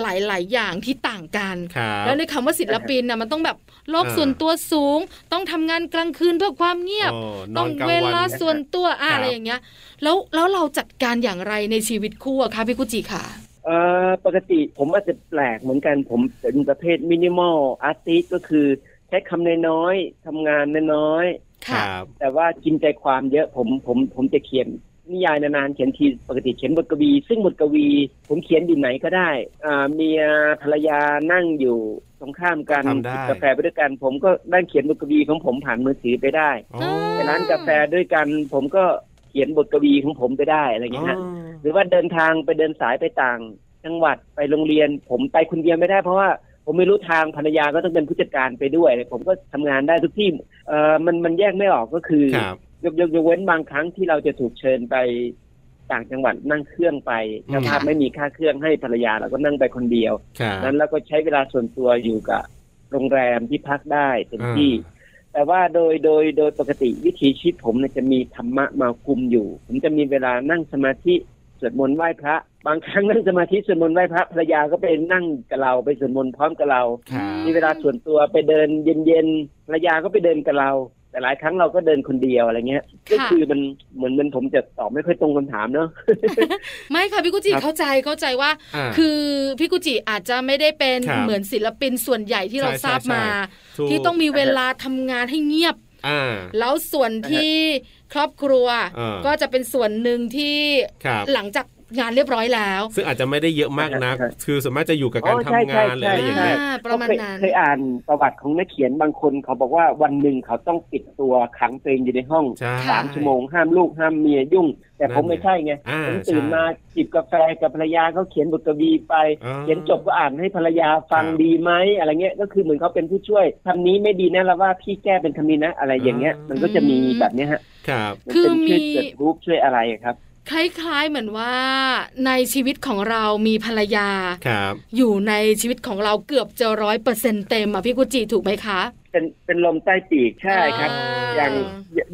Speaker 2: หลาย ๆ อย่างที่ต่างกัน
Speaker 3: ครับ
Speaker 2: แล้วในคำว่าศิลปินน่ะมันต้องแบบโลก
Speaker 3: อ่า
Speaker 2: ส่วนตัวสูง ต้องทำงานกลางคืนเพื่อความเงียบ
Speaker 3: โอ้น
Speaker 2: ต้
Speaker 3: อ
Speaker 2: อน ง
Speaker 3: กลาง
Speaker 2: เว
Speaker 3: วัน
Speaker 2: ลาส่วนตัวอะ
Speaker 3: ครับ
Speaker 2: อะไรอย่างเงี้ย แล้วแล้วเราจัดการอย่างไรในชีวิตคู่อะคะพี่กุจิค่ะ
Speaker 5: เอ่อปกติผมอาจจะแปลกเหมือนกันผมเป็นประเภทมินิมอลอาร์ติสก็คือใช้คำน้อยๆทำงานน้อย
Speaker 3: ค
Speaker 2: ค่ะ
Speaker 3: รับ
Speaker 5: ๆแต่ว่ากินใจความเยอะผมผมผมจะเขียนนิยายนานๆเขียนทีปกติเขียนบทกวี ซึ่งบทกวี ผมเขียนอยู่ไหนก็ได้อ่าเมียภรรยานั่งอยู่ตรงข้ามกัน
Speaker 3: ก็ทำได้
Speaker 5: จิบกาแฟไปด้วยกัน ผมก็นั่งเขียนบทกวีของผมผ่านมือถือไปได้
Speaker 3: อ๋อ
Speaker 5: ไปร้านกาแฟด้วยกัน ผมก็เขียนบทกวีของผมไปได้อะไรอย่างเงี้ยฮะ หรือว่าเดินทางไปเดินสายไปต่าง จังหวัดไปโรงเรียน ผมไปคนเดียวไม่ได้เพราะว่าผมไม่รู้ทางภรรยาก็ต้องเป็นผู้จัดการไปด้วย ผมก็ทำงานได้ทุกที่เออมันมันแยกไม่ออกก็คือ
Speaker 3: ครับ
Speaker 5: ยกยกยกเว้นบางครั้งที่เราจะถูกเชิญไปต่างจังหวัดนั่งเครื่องไป
Speaker 3: อืม
Speaker 5: ถ้าภาพไม่มีค่าเครื่องให้ภรรยาเราก็นั่งไปคนเดียว
Speaker 3: ครับ
Speaker 5: นั้นเราก็ใช้เวลาส่วนตัวอยู่กับโรงแรมที่พักได้เต็มที่
Speaker 3: อ่า
Speaker 5: แต่ว่าโดยโดยโดยปกติวิถีชีวิตผมเนี่ยจะมีธรรมะมาคุมอยู่ ผมจะมีเวลานั่งสมาธิสวดมนต์ไหว้พระ บางครั้งนั่งสมาธิสวดมนต์ไหว้พระภรรยาก็ไปนั่งกับเราไปสวดมนต์พร้อมกับเรา
Speaker 3: ครั
Speaker 5: มี
Speaker 3: บ
Speaker 5: เวลาส่วนตัวไปเดินเย็นๆภรรยาก็ไปเดินกับเรา แต่หลายครั้งเราก็เดินคนเดียวอะไรเงี้ย
Speaker 2: ค่ะ
Speaker 5: ก็คือมันเหมือนมันผมจะตอบไม่ค่อยตรงคำถามเนาะ
Speaker 2: ไม่ค่ะพี่กุจิ
Speaker 5: ครับ
Speaker 2: เข้าใจเข้าใจว่า
Speaker 3: า
Speaker 2: คือพี่กุจิอาจจะไม่ได้เป็น
Speaker 3: ครับ
Speaker 2: เหมือนศิลปินส่วนใหญ่ที่เรา
Speaker 3: ใช่
Speaker 2: ท
Speaker 3: ใช่
Speaker 2: ราบมา
Speaker 3: ใช่ ถูก
Speaker 2: ที่ต้องมีเวลาทำงานให้เงียบ
Speaker 3: อ่า
Speaker 2: แล้วส่วนที่ครอบครัว
Speaker 3: เออ
Speaker 2: ก็จะเป็นส่วนหนึ่งที่
Speaker 3: ครับ
Speaker 2: หลังจากงานเรียบร้อยแล้ว
Speaker 3: ซึ่งอาจจะไม่ได้เยอะมากนัก
Speaker 5: ใช่ใช่
Speaker 3: คือส่วนมากจะอยู่กับการ
Speaker 5: อ๋อ
Speaker 3: ทำ
Speaker 5: ใช่
Speaker 3: งานหรื
Speaker 5: ใช่
Speaker 3: ออะไรอย่าง
Speaker 5: ใช่
Speaker 3: เงี้ย
Speaker 2: อ่าประมาณนั้น
Speaker 5: เคยอ่านประวัติของนักเขียนบางคนเขาบอกว่าวันหนึ่งเขาต้องปิดตัวขังตัวเองอยู่ในห้อง
Speaker 3: ใช่
Speaker 5: สามชั่วโมงห้ามลูกห้ามเมียยุ่ง แต่ผมไม่ใช่ไง
Speaker 3: อ่า
Speaker 5: ผมตื่น
Speaker 3: ใช่
Speaker 5: มาจิบกาแฟกับภรรยาเขาเขียนบทกวีไป
Speaker 3: อ่า
Speaker 5: เขียนจบก็อ่านให้ภรรยาฟัง
Speaker 3: ครับ
Speaker 5: ดีไหมอะไรเงี้ยก็คือเหมือนเขาเป็นผู้ช่วยคำนี้ไม่ดีนะเราว่าพี่แก้เป็นคำนี้นะอะไรอย่างเงี้ย มันก็จะมีแบบเนี้ยฮะ
Speaker 3: ครับ
Speaker 5: มันเป็น
Speaker 2: คือมี
Speaker 5: ช่วยเกิดรูปช่วยอะไรอะครับ
Speaker 2: คล้ายๆเหมือนว่าในชีวิตของเรามีภรรยา
Speaker 3: ครับ
Speaker 2: อยู่ในชีวิตของเราเกือบจะร้อยเปอร์เซ็นเต็มอ่ะพี่กุจิถูกไหมคะ
Speaker 5: เป็นเป็นลมใต้ปีกใช่ครับ
Speaker 2: อ่า
Speaker 5: อย่าง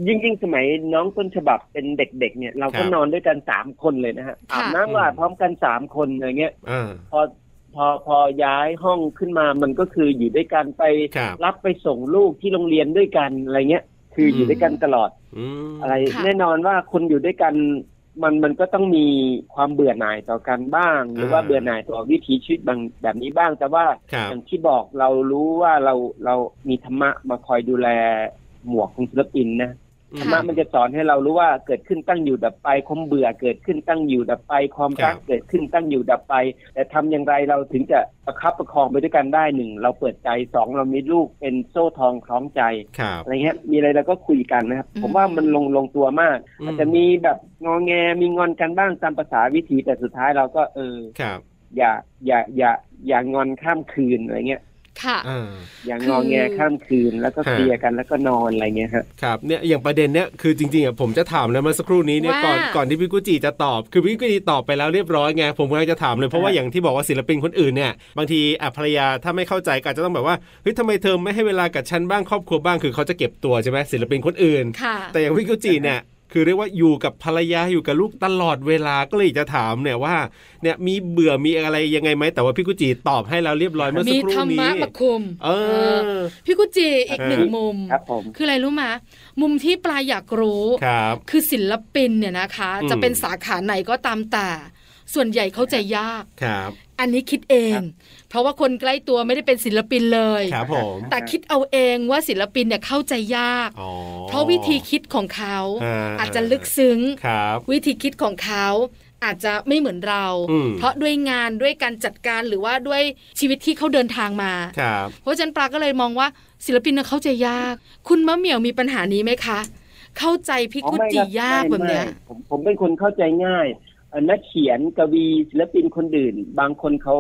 Speaker 5: ยิ่งยิ่งสมัยน้องต้นฉบับเป็นเด็ก ๆ เนี่ยเราก็
Speaker 3: ครับ
Speaker 5: นอนด้วยกันสามคนเลยนะฮะอาบน้ำก็อาบ
Speaker 3: อืม
Speaker 5: พร้อมกันสามคนอะไรเงี้ย
Speaker 3: อ่า
Speaker 5: พอพอพอย้ายห้องขึ้นมามันก็คืออยู่ด้วยกันไป
Speaker 3: ครับ
Speaker 5: รับไปส่งลูกที่โรงเรียนด้วยกันอะไรเงี้ย คืออ
Speaker 3: ม
Speaker 5: อยู่ด้วยกันตลอด
Speaker 3: อืม
Speaker 5: อะไร
Speaker 2: ค่ะ
Speaker 5: แน่นอนว่าคนอยู่ด้วยกันมันมันก็ต้องมีความเบื่อหน่ายต่อกันบ้าง หรือว่า
Speaker 3: อ่า
Speaker 5: เบื่อหน่ายต่อวิถีชีวิตบางแบบนี้บ้าง แต่ว่า
Speaker 3: ครับ
Speaker 5: อย่างที่บอกเรารู้ว่าเราเรามีธรรมะมาคอยดูแลหมวกของศิลปินนะ ธรรมะ
Speaker 2: ค่ะ
Speaker 5: มันจะสอนให้เรารู้ว่าเกิดขึ้นตั้งอยู่ดับไปความเบื่อเกิดขึ้นตั้งอยู่ดับไป ความรั
Speaker 3: ค
Speaker 5: ก
Speaker 3: รับ
Speaker 5: เกิดขึ้นตั้งอยู่ดับไป แต่ทำอย่างไรเราถึงจะประคับประคองไปด้วยกันได้หนึ่งเราเปิดใจสองเรามีลูกเป็นโซ่ทองคล้องใจ
Speaker 3: ครับ
Speaker 5: อะไรเงี้ยมีอะไรเราก็คุยกันนะครับ
Speaker 2: อืม
Speaker 5: ผมว่ามันลงลงตัวมาก
Speaker 3: อืม
Speaker 5: อาจจะมีแบบงองแงมีงอนกันบ้างตามภาษาวิถีแต่สุดท้ายเราก็เออ
Speaker 3: ครับ
Speaker 5: อย่าอย่าอย่าอย่างอนข้ามคืนอะไรเงี้ย
Speaker 2: ค่ะ
Speaker 3: อ่า
Speaker 5: อย่างงองแงข้ามคืนแล้วก็เคลียร์กันแล้วก็นอนอะไรเงี้ยฮะ
Speaker 3: ครับ เนี่ย อย่างประเด็นเนี้ย คือจริงๆอ่ะผมจะถามเลยเมื่อสักครู่นี้เนี่ย
Speaker 2: ว่า
Speaker 3: ก่อน ก่อนที่พี่กุจิจะตอบ คือพี่กุจิตอบไปแล้วเรียบร้อยไง ผมกำลังจะถามเลย เพราะว่า
Speaker 5: อ่า
Speaker 3: อย่างที่บอกว่าศิลปินคนอื่นเนี่ย บางทีอ่ะภรรยาถ้าไม่เข้าใจก็อาจจะต้องแบบว่า เฮ้ยทำไมเธอไม่ให้เวลากับฉันบ้าง ครอบครัวบ้าง คือเขาจะเก็บตัวใช่ไหมศิลปินคนอื่น
Speaker 2: ค่ะ
Speaker 3: แต่อย่างพี่กุจิเนี่ย คือเรียกว่าอยู่กับภรรยาอยู่กับลูกตลอดเวลา ก็เลยอยากจะถามเนี่ยว่า เนี่ยมีเบื่อมีอะไรยังไงไหม แต่ว่าพี่กุจิตอบให้แล้วเรียบร้อยเมื่อสัก
Speaker 2: มี
Speaker 3: ครู่
Speaker 2: ธรรมะ
Speaker 3: นี้
Speaker 2: มาคุม
Speaker 3: เอ
Speaker 2: เออ
Speaker 3: อ
Speaker 2: พี่กุจิอีกหนึ่งมุม
Speaker 5: ครับผม
Speaker 2: คืออะไรรู้มามุมที่ปลายอยากรู้
Speaker 3: ครับ
Speaker 2: คือศิลปินเนี่ยนะคะ
Speaker 3: อืม
Speaker 2: จะเป็นสาขาไหนก็ตามแต่ ส่วนใหญ่เข้าใจยาก
Speaker 3: ครับ
Speaker 2: อันนี้คิดเอง
Speaker 5: ครับ
Speaker 2: เพราะว่าคนใกล้ตัวไม่ได้เป็นศิลปินเลย
Speaker 3: ครับผม
Speaker 2: แต่คิดเอาเองว่าศิลปินเนี่ยเข้าใจยาก
Speaker 3: อ๋อ
Speaker 2: เพราะวิธีคิดของเขา
Speaker 3: อ่า
Speaker 2: อาจจะลึกซึ้ง
Speaker 3: ครับ
Speaker 2: วิธีคิดของเขาอาจจะไม่เหมือนเรา
Speaker 3: อืม
Speaker 2: เพราะด้วยงานด้วยการจัดการหรือว่าด้วยชีวิตที่เขาเดินทางมา
Speaker 3: ครับ
Speaker 2: เพราะฉะนั้นปลาก็เลยมองว่าศิลปินน่ะเข้าใจยาก คุณมะเหมี่ยวมีปัญหานี้ไหมคะ เข้าใจพี่กุจิยากแบบเนี้ย
Speaker 5: ไม่ผมผมเป็นคนเข้าใจง่ายเอ่อนักเขียนกวีศิลปินคนอื่น บางคนเขา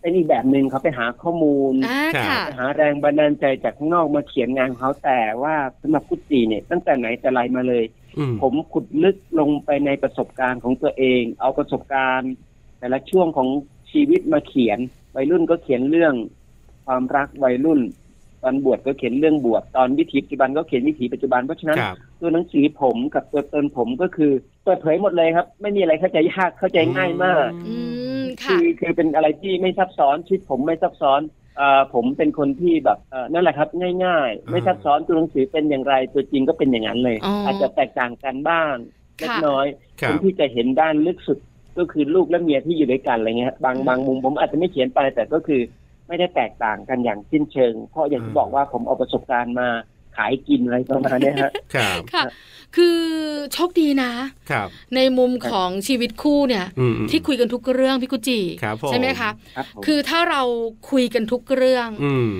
Speaker 5: เป็นอีกแบบหนึ่งเขาไปหาข้อมูล
Speaker 2: อ่า
Speaker 3: ครับ
Speaker 2: ค่ะ
Speaker 5: หาแรงบันดาลใจจากข้างนอกมาเขียนงานของเขาแต่ว่าสำหรับกุจีเนี่ยตั้งแต่ไหนแต่ไรมาเลย
Speaker 3: อืม
Speaker 5: ผมขุดลึกลงไปในประสบการณ์ของตัวเอง เอาประสบการณ์ แต่ละช่วงของชีวิตมาเขียน วัยรุ่นก็เขียนเรื่อง ความรักวัยรุ่น ตอนบวชก็เขียนเรื่องบวชตอนวิถีปัจจุบันก็เขียนวิถีปัจจุบันเพราะฉะนั้น
Speaker 3: ครับ
Speaker 5: ตัวหนังสือผมกับตัวตนผมก็คือเปิดเผยหมดเลยครับ ไม่มีอะไรเข้าใจยากเข้าใจง่ายมาก
Speaker 2: อืม
Speaker 5: คื
Speaker 2: ค่ะ
Speaker 5: อคือเป็นอะไรที่ไม่ซับซ้อนชีวิตผมไม่ซับซ้อนเอ่อผมเป็นคนที่แบบเอ่อนั่นแหละครับ ง่ายๆ ไม่ซับซ้อนตัวหนังสือเป็นอย่างไร ตัวจริงก็เป็นอย่างนั้นเลย
Speaker 2: อ๋ออ
Speaker 5: อาจจะแตกต่างกันบ้างเล็ก
Speaker 2: ค่ะ
Speaker 5: น้อย
Speaker 3: ครั
Speaker 5: คน
Speaker 3: บ
Speaker 5: ที่จะเห็นด้านลึกสุดก็คือลูกและเมียที่อยู่ด้วยกันอะไรเงี้ยฮะบางบางมุมผมอาจจะไม่เขียนไปแต่ก็คือ ไม่ได้แตกต่างกันอย่างสิ้นเชิง เพราะอย่างที่
Speaker 3: อ่า
Speaker 5: บอกว่าผมเอาประสบการณ์มาขายกินอะไรประมาณเนี้ยฮะ
Speaker 3: ครับ
Speaker 2: ค่ะ คือโชคดีนะ
Speaker 3: ครับ
Speaker 2: ในมุมของชีวิตคู่เนี่ย
Speaker 3: อืม
Speaker 2: ที่คุยกันทุกเรื่องพี่กุจิ
Speaker 3: ครับผม
Speaker 2: ใช่ไหมคะ
Speaker 5: ครับผม
Speaker 2: คือถ้าเราคุยกันทุกเรื่อง
Speaker 3: อืม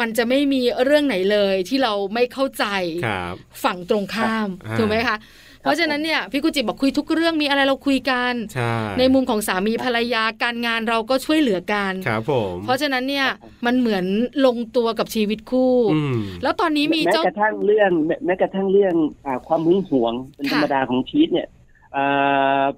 Speaker 2: มันจะไม่มีเรื่องไหนเลยที่เราไม่เข้าใจ
Speaker 3: ครับ
Speaker 2: ฝั่งตรงข้าม
Speaker 3: อ่า
Speaker 2: ถูกไหมคะ เพราะฉะนั้นเนี่ยพี่กุจิบอกคุยทุกเรื่องมีอะไรเราคุยกัน
Speaker 3: ใช่
Speaker 2: ในมุมของสามีภรรยาการงานเราก็ช่วยเหลือกัน
Speaker 3: ครับผม
Speaker 2: เพราะฉะนั้นเนี่ยมันเหมือนลงตัวกับชีวิตคู่
Speaker 3: อืม
Speaker 2: แล้วตอนนี้มี
Speaker 5: แม้
Speaker 2: เจ้า
Speaker 5: กระทั่งเรื่องแม้แม้กระทั่งเรื่องอาความหึงหวงเป็น
Speaker 2: ค่ะ
Speaker 5: ธรรมดาของชีวิตเนี่ยอ่า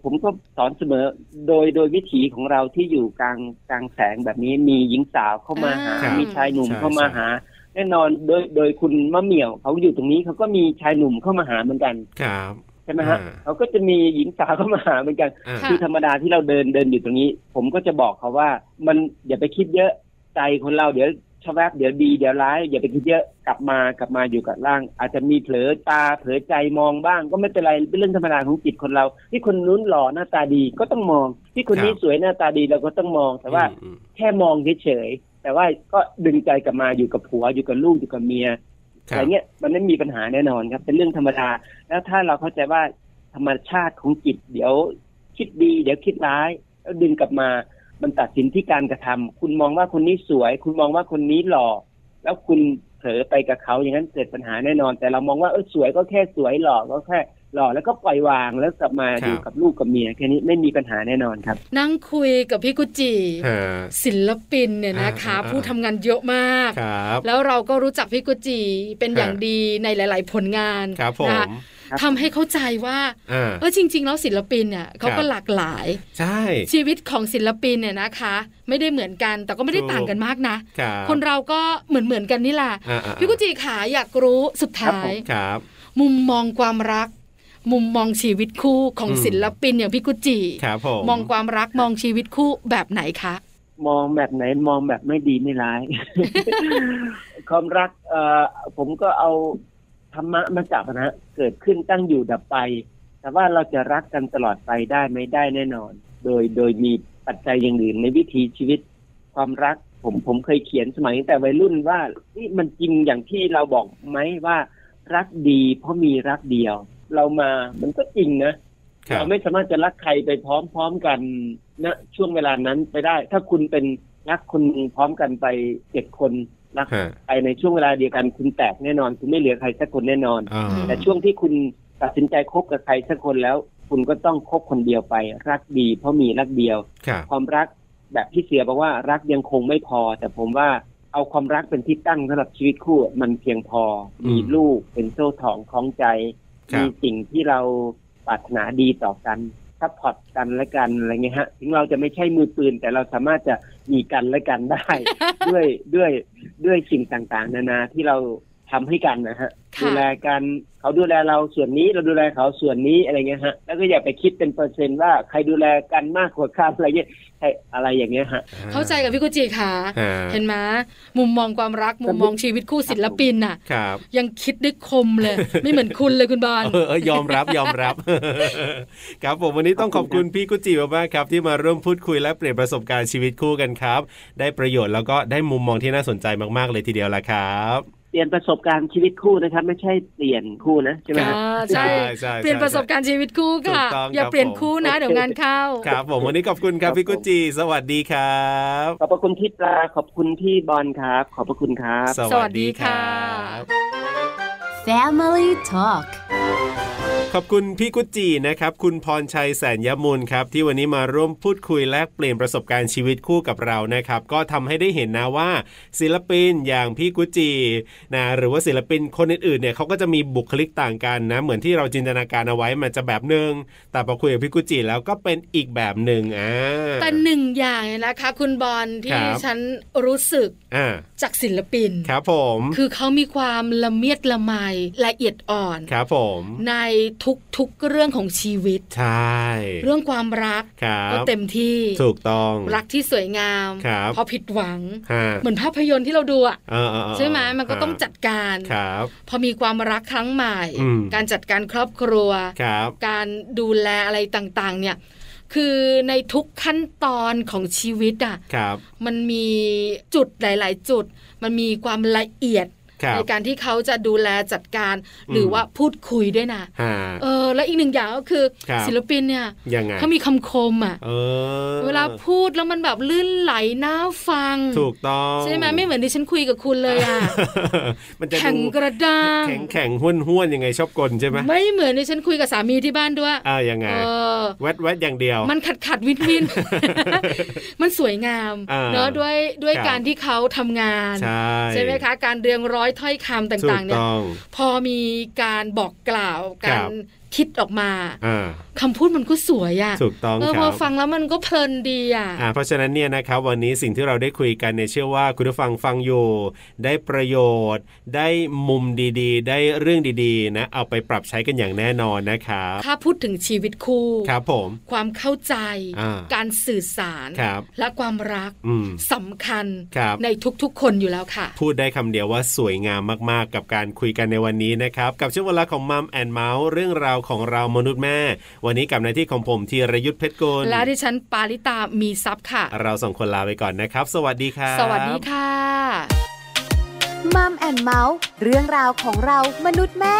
Speaker 5: ผมก็สอนเสมอโดยโดยวิถีของเราที่อยู่กลางกลางแสงแบบนี้มีหญิงสาวเข้ามาหา
Speaker 3: อ่ามี
Speaker 5: มีชายหนุ่ม
Speaker 3: ใช่
Speaker 5: เข้ามา
Speaker 3: ใช่
Speaker 5: หา แน่นอนโดยโดยคุณมะเหมี่ยวเขาอยู่ตรงนี้เขาก็มีชายหนุ่มเข้ามาหาเหมือนกัน
Speaker 3: ครับ
Speaker 5: ใช่ไหมฮะ
Speaker 3: อ่า
Speaker 5: เขาก็จะมีหญิงสาวเข้ามาหาเหมือนกัน
Speaker 3: อ่า
Speaker 2: ค่ะ
Speaker 5: คือธรรมดาที่เราเดินเดินอยู่ตรงนี้ ผมก็จะบอกเขาว่ามันอย่าไปคิดเยอะใจคนเราเดี๋ยวชะแวบเดี๋ยวดีเดี๋ยวร้าย อย่าไปคิดเยอะกลับมากลับมาอยู่กับร่าง อาจจะมีเผลอตาเผลอใจมองบ้าง ก็ไม่เป็นไรเป็นเรื่องธรรมดาของจิตคนเรา ที่คนนู้นหล่อหน้าตาดีก็ต้องมอง ที่คนนี้
Speaker 3: ครับ
Speaker 5: สวยหน้าตาดีเราก็ต้องมองแต่ว่า
Speaker 3: อืม
Speaker 5: แค่มองเฉยๆแต่ว่าก็ดึงใจกลับมาอยู่กับผัวอยู่กับลูกอยู่กับเมีย
Speaker 3: ครับ
Speaker 5: อะไรเงี้ยมันไม่มีปัญหาแน่นอนครับ เป็นเรื่องธรรมดา แล้วถ้าเราเข้าใจว่าธรรมชาติของจิต เดี๋ยวคิดดี เดี๋ยวคิดร้าย แล้วดึงกลับมามันตัดสินที่การกระทำคุณมองว่าคนนี้สวย คุณมองว่าคนนี้หล่อแล้วคุณเผลอไปกับเขาอย่างนั้นเกิดปัญหาแน่นอน แต่เรามองว่าเออสวยก็แค่สวยหล่อก็แค่หล่อแล้วก็ปล่อยวางแล้วกลับมาอยู่กับลูกกับเมียแค่นี้ไม่มีปัญหาแน่นอนครับ
Speaker 2: นั่งคุยกับพี่กุจิ
Speaker 3: ฮะ
Speaker 2: ศิลปินเนี่ยนะคะ
Speaker 3: อ่า
Speaker 2: ผู้ทำงานเยอะมาก
Speaker 3: ครับ
Speaker 2: แล้วเราก็รู้จักพี่กุจิเป็น
Speaker 3: ฮะ
Speaker 2: อย่างดีในหลาย ๆ ผลงาน
Speaker 3: ครับผ
Speaker 2: นะ
Speaker 3: ม
Speaker 2: คะทำให้เข้าใจว่า
Speaker 3: อ่า
Speaker 2: เออจริง ๆ แล้วศิลปินเนี่ยเขา
Speaker 3: ครั
Speaker 2: ก็
Speaker 3: บ
Speaker 2: หลากหลาย
Speaker 3: ใช่
Speaker 2: ชีวิตของศิลปินเนี่ยนะคะ ไม่ได้เหมือนกันแต่ก็ไม่ได้
Speaker 3: ถูก
Speaker 2: ต่างกันมากนะ
Speaker 3: ครับ
Speaker 2: คนเราก็เหมือนเหมือนๆกันนี่แหละ
Speaker 3: อ่าอ่า
Speaker 2: พี่กุจิขาอยากรู้สุดท้าย
Speaker 3: ครับ
Speaker 2: มุมมองความรัก มุมมองชีวิตคู่ของ
Speaker 3: อืม
Speaker 2: ศิลปินอย่างพี่กุจิ
Speaker 3: ครับผม
Speaker 2: มองความรักมองชีวิตคู่แบบไหนคะ
Speaker 5: มองแบบไหนมองแบบไม่ดีไม่ร้าย ความรักเอ่อผมก็เอาธรรมะมาจับนะฮะเกิดขึ้นตั้งอยู่ดับไป แต่ว่าเราจะรักกันตลอดไปได้ไหม่ได้แน่นอน โดยโดยมีปัจจัยอย่างอื่นในวิถีชีวิต ความรักผมผมเคยเขียนสมัยตั้งแต่วัยรุ่นว่านี่มันจริงอย่างที่เราบอกไหมว่า รักดีเพราะมีรักเดียว เรามามันก็จริงนะ
Speaker 3: ครั
Speaker 5: เรา
Speaker 3: บ
Speaker 5: ไม่สามารถจะรักใครไปพร้อมๆกันณช่วงเวลานั้นไปได้ ถ้าคุณเป็นรักคนหนึ่งพร้อมกันไปเจ็ดคนรัก
Speaker 3: ฮะ
Speaker 5: ไปในช่วงเวลาเดียวกันคุณแตกแน่นอน คุณไม่เหลือใครสักคนแน่นอน
Speaker 3: อ่า
Speaker 5: แต่ช่วงที่คุณตัดสินใจคบกับใครสักคนแล้ว คุณก็ต้องคบคนเดียวไป รักดีเพราะมีรักเดียว
Speaker 3: ครับ
Speaker 5: ความรักแบบที่เสียบอกว่ารักยังคงไม่พอ แต่ผมว่าเอาความรักเป็นที่ตั้งสำหรับชีวิตคู่มันเพียงพอ
Speaker 3: อืม
Speaker 5: มีลูกเป็นโซ่ทองคล้องใจ
Speaker 3: ครับ
Speaker 5: มีสิ่งที่เราปรารถนาดีต่อกันซัพพอร์ตกันและกันอะไรเงี้ยฮะถึงเราจะไม่ใช่มือปืน แต่เราสามารถจะมีกันและกันได้ ด้วยด้วยด้วยสิ่งต่างๆ นานาที่เราทำให้กันนะฮะ
Speaker 2: ค่ะ
Speaker 5: ดูแลกันเขาดูแลเราส่วนนี้เราดูแลเขาส่วนนี้อะไรเงี้ยฮะแล้วก็อย่าไปคิดเป็นเปอร์เซ็นต์ว่าใครดูแลกันมากกว่ากันอะไรเงี้ยใครอะไรอย่างเงี้ยฮะ
Speaker 2: เข้าใจกับพี่กุจิค่ะ
Speaker 3: อ่า
Speaker 2: เห็นไหมมุมมองความรักมุมมองชีวิตคู่ศิลปินน่ะ
Speaker 3: ครับ
Speaker 2: ยังคิดได้คมเลย ไม่เหมือนคุณเลยคุณบอล
Speaker 3: เออเออยอมรับย อมรับ ครับผมวันนี้ต้องข
Speaker 5: ข
Speaker 3: อ
Speaker 5: อ
Speaker 3: บบ
Speaker 5: คุ
Speaker 3: คุณ
Speaker 5: ณ
Speaker 3: พี่กุจิมากๆครับ ที่มาร่วมพูดคุยและเปลี่ยนประสบการณ์ชีวิตคู่กันครับ ได้ประโยชน์แล้วก็ได้มุมมองที่น่าสนใจมากๆเลยทีเดียวละครับ
Speaker 5: เปลี่ยนประสบการณ์ชีวิตคู่นะครับ ไม่ใช่เปลี่ยนคู่นะใช่ไหมฮะ
Speaker 2: อ่าใช่
Speaker 3: ใช่
Speaker 2: เปลี่ยนประสบการณ์ชีวิตคู่ค่ะ
Speaker 3: ถูกต้อง
Speaker 2: อย่า
Speaker 3: ครับ
Speaker 2: เปลี่ยนคู่นะ
Speaker 5: ผม
Speaker 2: เดี๋ยวงานเข้า
Speaker 3: ครับผมวันนี้ขอบคุณครับ
Speaker 5: ครับ
Speaker 3: พี่กุจิสวัสดีครับ
Speaker 5: ขอบพระคุณพี่ปลาขอบคุณพี่บอลครับ ขอบพระคุณครับ
Speaker 2: สวัสดีค่ะ
Speaker 3: รับ
Speaker 1: Family Talk
Speaker 3: ขอบคุณพี่กุจีนะครับ คุณพรชัยแสนยมูลครับ ที่วันนี้มาร่วมพูดคุยแลกเปลี่ยนประสบการณ์ชีวิตคู่กับเรานะครับ ก็ทำให้ได้เห็นนะว่า ศิลปินอย่างพี่กุจีนะหรือว่าศิลปินคนอื่นๆเนี่ยเขาก็จะมีบุคลิกต่างกันนะ เหมือนที่เราจินตนาการเอาไว้มันจะแบบหนึ่งแต่พอคุยกับพี่กุจีแล้วก็เป็นอีกแบบหนึ่งอ่า
Speaker 2: แต่หนึ่งอย่างเนี่ยนะคะ คุณบอล
Speaker 3: ค
Speaker 2: ที่
Speaker 3: รับ
Speaker 2: ฉันรู้สึก
Speaker 3: อ่า
Speaker 2: จากศิลปิน
Speaker 3: ครับผม
Speaker 2: คือเขามีความละเมียดละไมละเอียดอ่อน
Speaker 3: ครับผม
Speaker 2: ในทุกๆเรื่องของชีวิต
Speaker 3: ใช่
Speaker 2: เรื่องความรัก
Speaker 3: ครับ
Speaker 2: ก็เต็มที่
Speaker 3: ถูกต้อง
Speaker 2: รักที่สวยงาม
Speaker 3: ครับ
Speaker 2: พอผิดหวัง
Speaker 3: ฮะ
Speaker 2: เหมือนภาพยนตร์ที่เราดูอะ
Speaker 3: เออเออเออ
Speaker 2: ใช่ไหมมันก็ต้องจัดการ
Speaker 3: ครับ
Speaker 2: พอมีความรักครั้งใหม่
Speaker 3: อืม
Speaker 2: การจัดการครอบครัว
Speaker 3: ครับ
Speaker 2: การดูแลอะไรต่างๆ เนี่ย คือในทุกขั้นตอนของชีวิตอ่ะ
Speaker 3: ครับ
Speaker 2: มันมีจุดหลาย ๆ จุด มันมีความละเอียด
Speaker 3: ครับ
Speaker 2: ในการที่เขาจะดูแลจัดการ หรืออ
Speaker 3: ม
Speaker 2: ว่าพูดคุยด้วยนะ
Speaker 3: ฮะ
Speaker 2: เออ และอีกหนึ่งอย่างก็คือ
Speaker 3: ครับ
Speaker 2: ศิลปินเนี่ย
Speaker 3: ยังไง
Speaker 2: เขามีคำคมอ่ะ
Speaker 3: เออ
Speaker 2: เวลาพูดแล้วมันแบบลื่นไหลน่าฟัง
Speaker 3: ถูกต้อง
Speaker 2: ใช่ไหมไม่เหมือนที่ฉันคุยกับคุณเลยอ่ะ
Speaker 3: มันจะดู
Speaker 2: แข็งกระด้าง
Speaker 3: แข็งแข็งห้วนห้วนยังไงชอบกลใช่ไหม
Speaker 2: ไม่เหมือนที่ฉันคุยกับสามีที่บ้านด้วย
Speaker 3: อ่ายังไง
Speaker 2: เออ
Speaker 3: แวดแวดอย่างเดียว
Speaker 2: มันขัดขัดวิน วิน มันสวยงาม
Speaker 3: อ่า
Speaker 2: เนอะด้วยด้วย
Speaker 3: ครับ
Speaker 2: การที่เขาทำงาน
Speaker 3: ใช่
Speaker 2: ใช่ไหมคะ การเรียงร้อยถ้อยคำ
Speaker 3: ถู
Speaker 2: ต่าก งๆเนี่ย
Speaker 3: ต้อง
Speaker 2: พอมีการบอกกล่าว
Speaker 3: ครั
Speaker 2: กา
Speaker 3: บ
Speaker 2: รคิดออกมา
Speaker 3: อ่า
Speaker 2: คำพูดมันก็สวยอ่ะ
Speaker 3: ถูกต้อง
Speaker 2: เออ
Speaker 3: ค
Speaker 2: พ
Speaker 3: รั
Speaker 2: อบ ฟังแล้วมันก็เพลินดีอ่ะ
Speaker 3: อ่าเพราะฉะนั้นเนี่ยนะครับวันนี้สิ่งที่เราได้คุยกันเนี่ยเชื่อว่าคุณผู้ฟังฟังอยู่ ได้ประโยชน์ ได้มุมดีๆ ได้เรื่องดีๆ นะเอาไปปรับใช้กันอย่างแน่นอนนะครับ
Speaker 2: ถ้าพูดถึงชีวิตคู่
Speaker 3: ครับผม
Speaker 2: ความเข้าใจ
Speaker 3: อ่า
Speaker 2: การสื่อสาร
Speaker 3: ครับ
Speaker 2: และความรัก
Speaker 3: อืม
Speaker 2: สำคัญ
Speaker 3: ครับ
Speaker 2: ในทุกๆ คนอยู่แล้วค่ะ
Speaker 3: พูดได้คำเดียวว่าสวยงามมากๆ กับการคุยกันในวันนี้นะครับ กับช่วงเวลาของมัมแอนเมาส์เรื่องราวของเรามนุษย์แม่ วันนี้กับหน้าที่ของผมธีรยุทธเพชรกุล
Speaker 2: และดิฉันปาริตามีซับค่ะ
Speaker 3: เราส่งคนลาไปก่อนนะครับ สวัสดีครับ
Speaker 2: สวัสดีค่ะ
Speaker 1: มัมแอนเมาส์เรื่องราวของเรามนุษย์แม่